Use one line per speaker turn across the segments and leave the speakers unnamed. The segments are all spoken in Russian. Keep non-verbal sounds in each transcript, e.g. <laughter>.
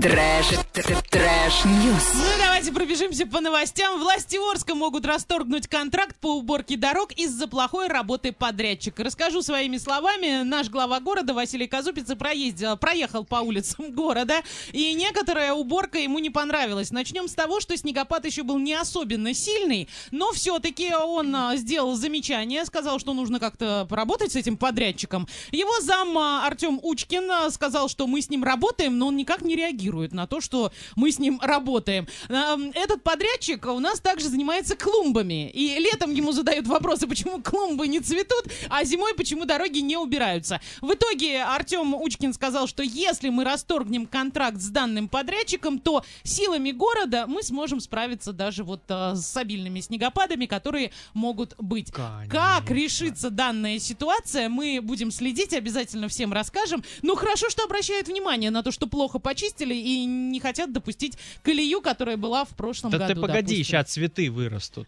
Трэш, трэш, трэш, ньюс.
Ну, давайте пробежимся по новостям. Власти Орска могут расторгнуть контракт по уборке дорог из-за плохой работы подрядчика. Расскажу своими словами. Наш глава города Василий Казупица проездил, проехал по улицам <laughs> города, и некоторая уборка ему не понравилась. Начнем с того, что снегопад еще был не особенно сильный, но все-таки он а, сделал замечание, сказал, что нужно как-то поработать с этим подрядчиком. Его зам а, Артем Учкин а, сказал, что мы с ним работаем, но он никак не реагирует на то, что мы с ним работаем. А, м, Этот подрядчик у нас также занимается клумбами. И летом ему задают вопросы, почему клумбы не цветут, а зимой почему дороги не убираются. В итоге Артем Учкин сказал, что если мы расторгнем контракт с данным подрядчиком, то силами города мы сможем справиться даже вот а, с обильными снегопадами, которые могут быть. Как решится данная ситуация, мы будем следить, обязательно всем расскажем. Но хорошо, что обращают внимание на то, что плохо почистили и не хотят допустить колею, которая была в прошлом
Да
году.
ты погоди,
допустим.
сейчас
<laughs>
цветы вырастут.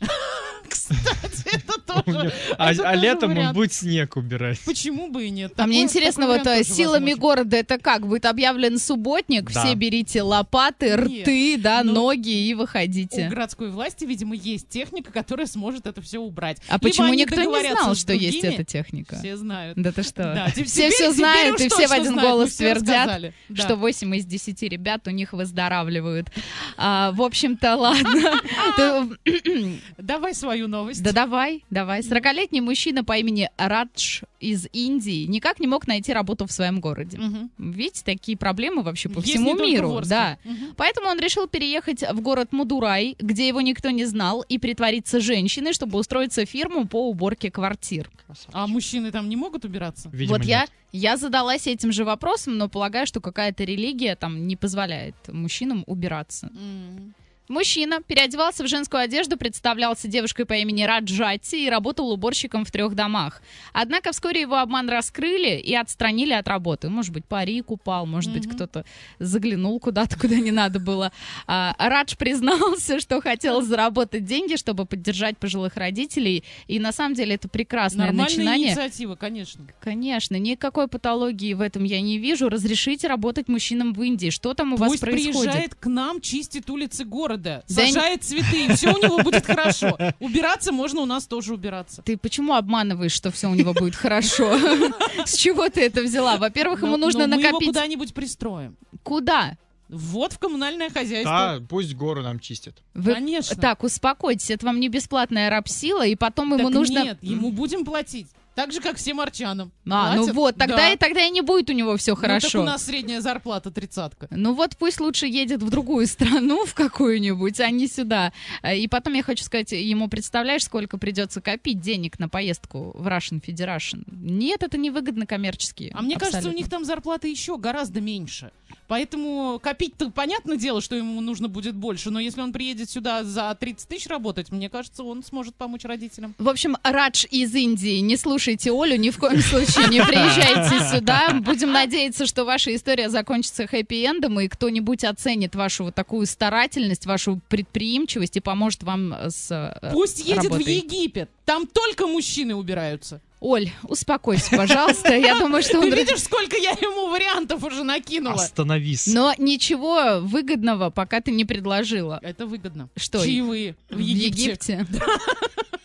Кстати, <laughs> это
У
тоже.
него- А
это
а
тоже
летом
вариант.
он будет снег убирать.
Почему бы и нет?
А мне
Такой-
интересно,
Ну, такой
вот э,
вариант тоже
силами
возможен.
города это как? Будет объявлен субботник,
Да.
все берите лопаты,
Нет,
рты, да,
ну,
ноги и
У
выходите.
городской власти, видимо, есть техника, которая сможет это все убрать.
А
Либо
почему
они
никто не
договорятся
знал,
с
что есть
другими?
эта техника? Ну,
Все знают.
Да ты что?
Да, те-
все
теперь-
все
теперь
знают,
уж
и все в
точно
один
знают, мы
голос
всё
твердят,
рассказали. Да.
что 8 из 10 ребят у них выздоравливают. А, в общем-то,
<laughs>
ладно. Ты-
Давай свою новость.
Да давай, давай. 40-летний мужчина по имени Радж из Индии никак не мог найти работу в своем городе.
Мгм.
Видите, такие проблемы вообще по
Есть не
всему
только в
миру.
Орске.
Да.
Мгм.
Поэтому он решил переехать в город Мадурай, где его никто не знал, и притвориться женщиной, чтобы устроиться в фирму по уборке квартир.
А мужчины там не могут убираться?
Видимо,
вот я,
нет.
я задалась этим же вопросом, но полагаю, что какая-то религия там не позволяет мужчинам убираться.
М.
Мужчина переодевался в женскую одежду, представлялся девушкой по имени Раджати и работал уборщиком в трех домах. Однако вскоре его обман раскрыли и отстранили от работы. Может быть, парик упал, может быть,
Мгм.
кто-то заглянул куда-то, куда не надо было. А, Радж признался, <laughs> что хотел заработать деньги, чтобы поддержать пожилых родителей. И на самом деле это прекрасное
Нормальная
начинание.
инициатива, конечно.
Конечно, никакой патологии в этом я не вижу. Разрешите работать мужчинам в Индии. Что там у вас
Пусть
происходит?
приезжает к нам, чистит улицы города,
Да не-
сажает цветы, и все у него
<laughs>
будет хорошо. Убираться можно у нас тоже убираться.
Ты почему обманываешь, что все у него будет хорошо? <laughs> С чего ты это взяла? Во-первых, ему
Но-
нужно
но Ну, мы его
накопить...
куда-нибудь пристроим.
Куда?
Вот в коммунальное хозяйство.
Да, пусть гору нам чистят.
Вы-
Конечно.
Так, успокойтесь, это вам не бесплатная рабсила, и потом ему
Так
нужно...
Нет, ему будем платить. Так же, как всем арчанам.
А, ну
Платят?
вот, тогда,
Да.
и, тогда и не будет у него все
Ну,
хорошо.
так у нас средняя зарплата тридцатка.
Ну вот пусть лучше едет в другую страну, <laughs> в какую-нибудь, а не сюда. Э, И потом я хочу сказать, ему представляешь, сколько придется копить денег на поездку в Russian Federation? Нет, это невыгодно коммерчески.
А мне кажется, у
абсолютно.
них там зарплата еще гораздо меньше. Поэтому копить-то понятное дело, что ему нужно будет больше. Но если он приедет сюда за 30 тысяч работать, мне кажется, он сможет помочь родителям.
В общем, Радж из Индии, не слушайте Олю, ни в коем случае не приезжайте сюда. Будем надеяться, что ваша история закончится хэппи-эндом, и кто-нибудь оценит вашу вот такую старательность, вашу предприимчивость и поможет вам э, с... э,
Пусть едет в
работой.
Египет. Там только мужчины <laughs> убираются.
Оль, успокойся, пожалуйста. Я думаю, что
Ты
он...
видишь, сколько я ему вариантов уже накинула?
Остановись.
Ну
Но ничего выгодного пока ты не предложила.
Это выгодно.
Что?
Чаевые в Египте. <laughs>
Египте?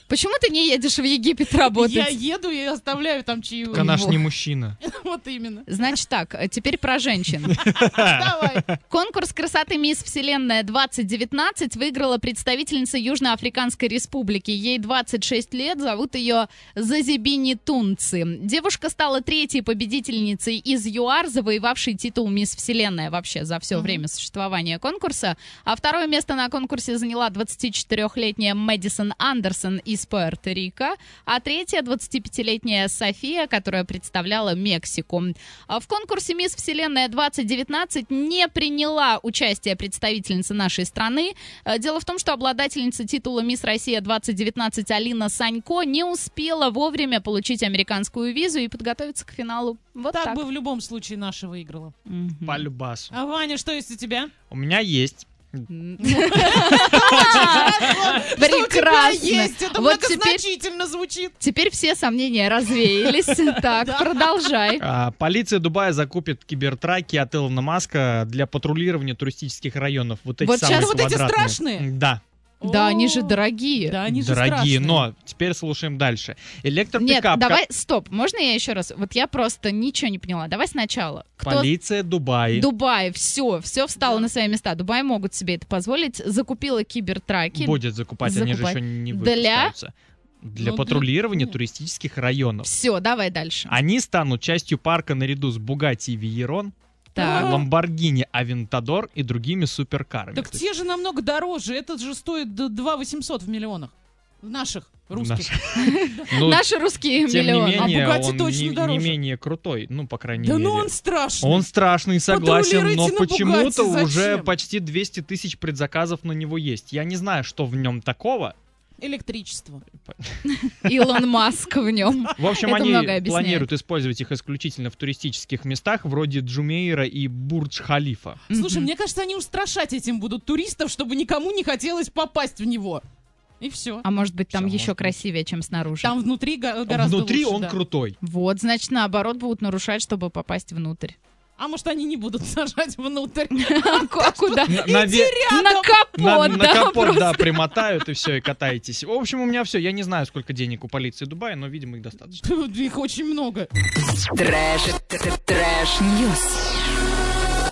Почему ты не едешь в Египет работать?
Я еду и оставляю там чаевые.
Так она ж не мужчина.
<laughs> Вот именно.
Значит так, э, теперь про женщин.
Давай.
Конкурс красоты «Мисс Вселенная-2019» выиграла представительница Южноафриканской Республики. Ей 26 лет, зовут ее Зазибини Тунци. Девушка стала третьей победительницей из ЮАР, завоевавшей титул «Мисс Вселенная» вообще за все
Мгм.
время существования конкурса. А второе место на конкурсе заняла 24-летняя Мэдисон Андерсон из Пуэрто-Рико, а третья 25-летняя София, которая представляла Мексику. А В конкурсе «Мисс Вселенная-2019» не приняла участие представительница нашей страны. Э, Дело в том, что обладательница титула «Мисс Россия-2019» Алина Санько не успела вовремя получить американскую визу и подготовиться к финалу. Вот так.
Так бы в любом случае наша выиграла.
<laughs> Мгм.
По любасу.
А Ваня, что есть у тебя?
У меня есть
М,
Что у тебя есть?
Прекрасно.
Это
Вот теперь
многозначительно звучит.
Теперь все сомнения развеялись. <laughs> Так, продолжай.
А, Полиция Дубая закупит кибертраки от Илона Маска для патрулирования туристических районов. Вот эти
Вот
самые
щас-
Вот эти
квадратные.
страшные?
Да,
Да, они же
О,
дорогие.
Да, они же
дорогие.
страшные.
Но теперь слушаем дальше.
Нет,
Электропикап.
давай, стоп, можно я еще раз? Вот я просто ничего не поняла. Давай сначала. Кто
Полиция Дубая.
Дубай, все, все встало на свои места. Дубай могут себе это позволить. Закупила кибертраки.
Будет закупать, они же
Закупать.
еще не
Для?
выпускаются. Для
Ну, для-
патрулирования
нет.
туристических районов.
Все, давай дальше.
Они станут частью парка наряду с Бугати и Виерон,
Так.
А.
Ламборгини Авентадор и другими суперкарами.
Так
То есть
те же намного дороже. Этот же стоит д- 2 800 в миллионах. В наших, русских.
Ну,
<laughs> Наши русские
тем
миллионы.
не менее,
А Бугатти
он
точно
не- не,
дороже.
менее крутой, ну, по крайней
Да
мере.
ну он страшный.
Он страшный, согласен, но
Патрулируйте на
почему-то
Бугатти,
уже
зачем?
почти 200 тысяч предзаказов на него есть. Я не знаю, что в нем такого.
Электричество.
Илон Маск в нем.
В общем,
Это
они
многое объясняет.
планируют использовать их исключительно в туристических местах, вроде Джумейра и Бурдж-Халифа.
Слушай, мне кажется, они устрашать этим будут туристов, чтобы никому не хотелось попасть в него. И все.
А может быть, там
Всё,
еще
может быть.
красивее, чем снаружи.
Там внутри
Ну,
го- гораздо
Внутри
лучше,
он
да.
<laughs>
крутой.
Вот, значит, наоборот, будут нарушать, чтобы попасть внутрь.
А может, они не будут сажать внутрь. <laughs>
А ку- а куда?
На- наве-
На
На,
капот,
на
да,
капот, да,
просто.
примотают и все, и катаетесь. В общем, у меня все. Я не знаю, сколько денег у полиции Дубая, но, видимо, их достаточно.
Их очень много.
Трэш, трэш, трэш-ньюс.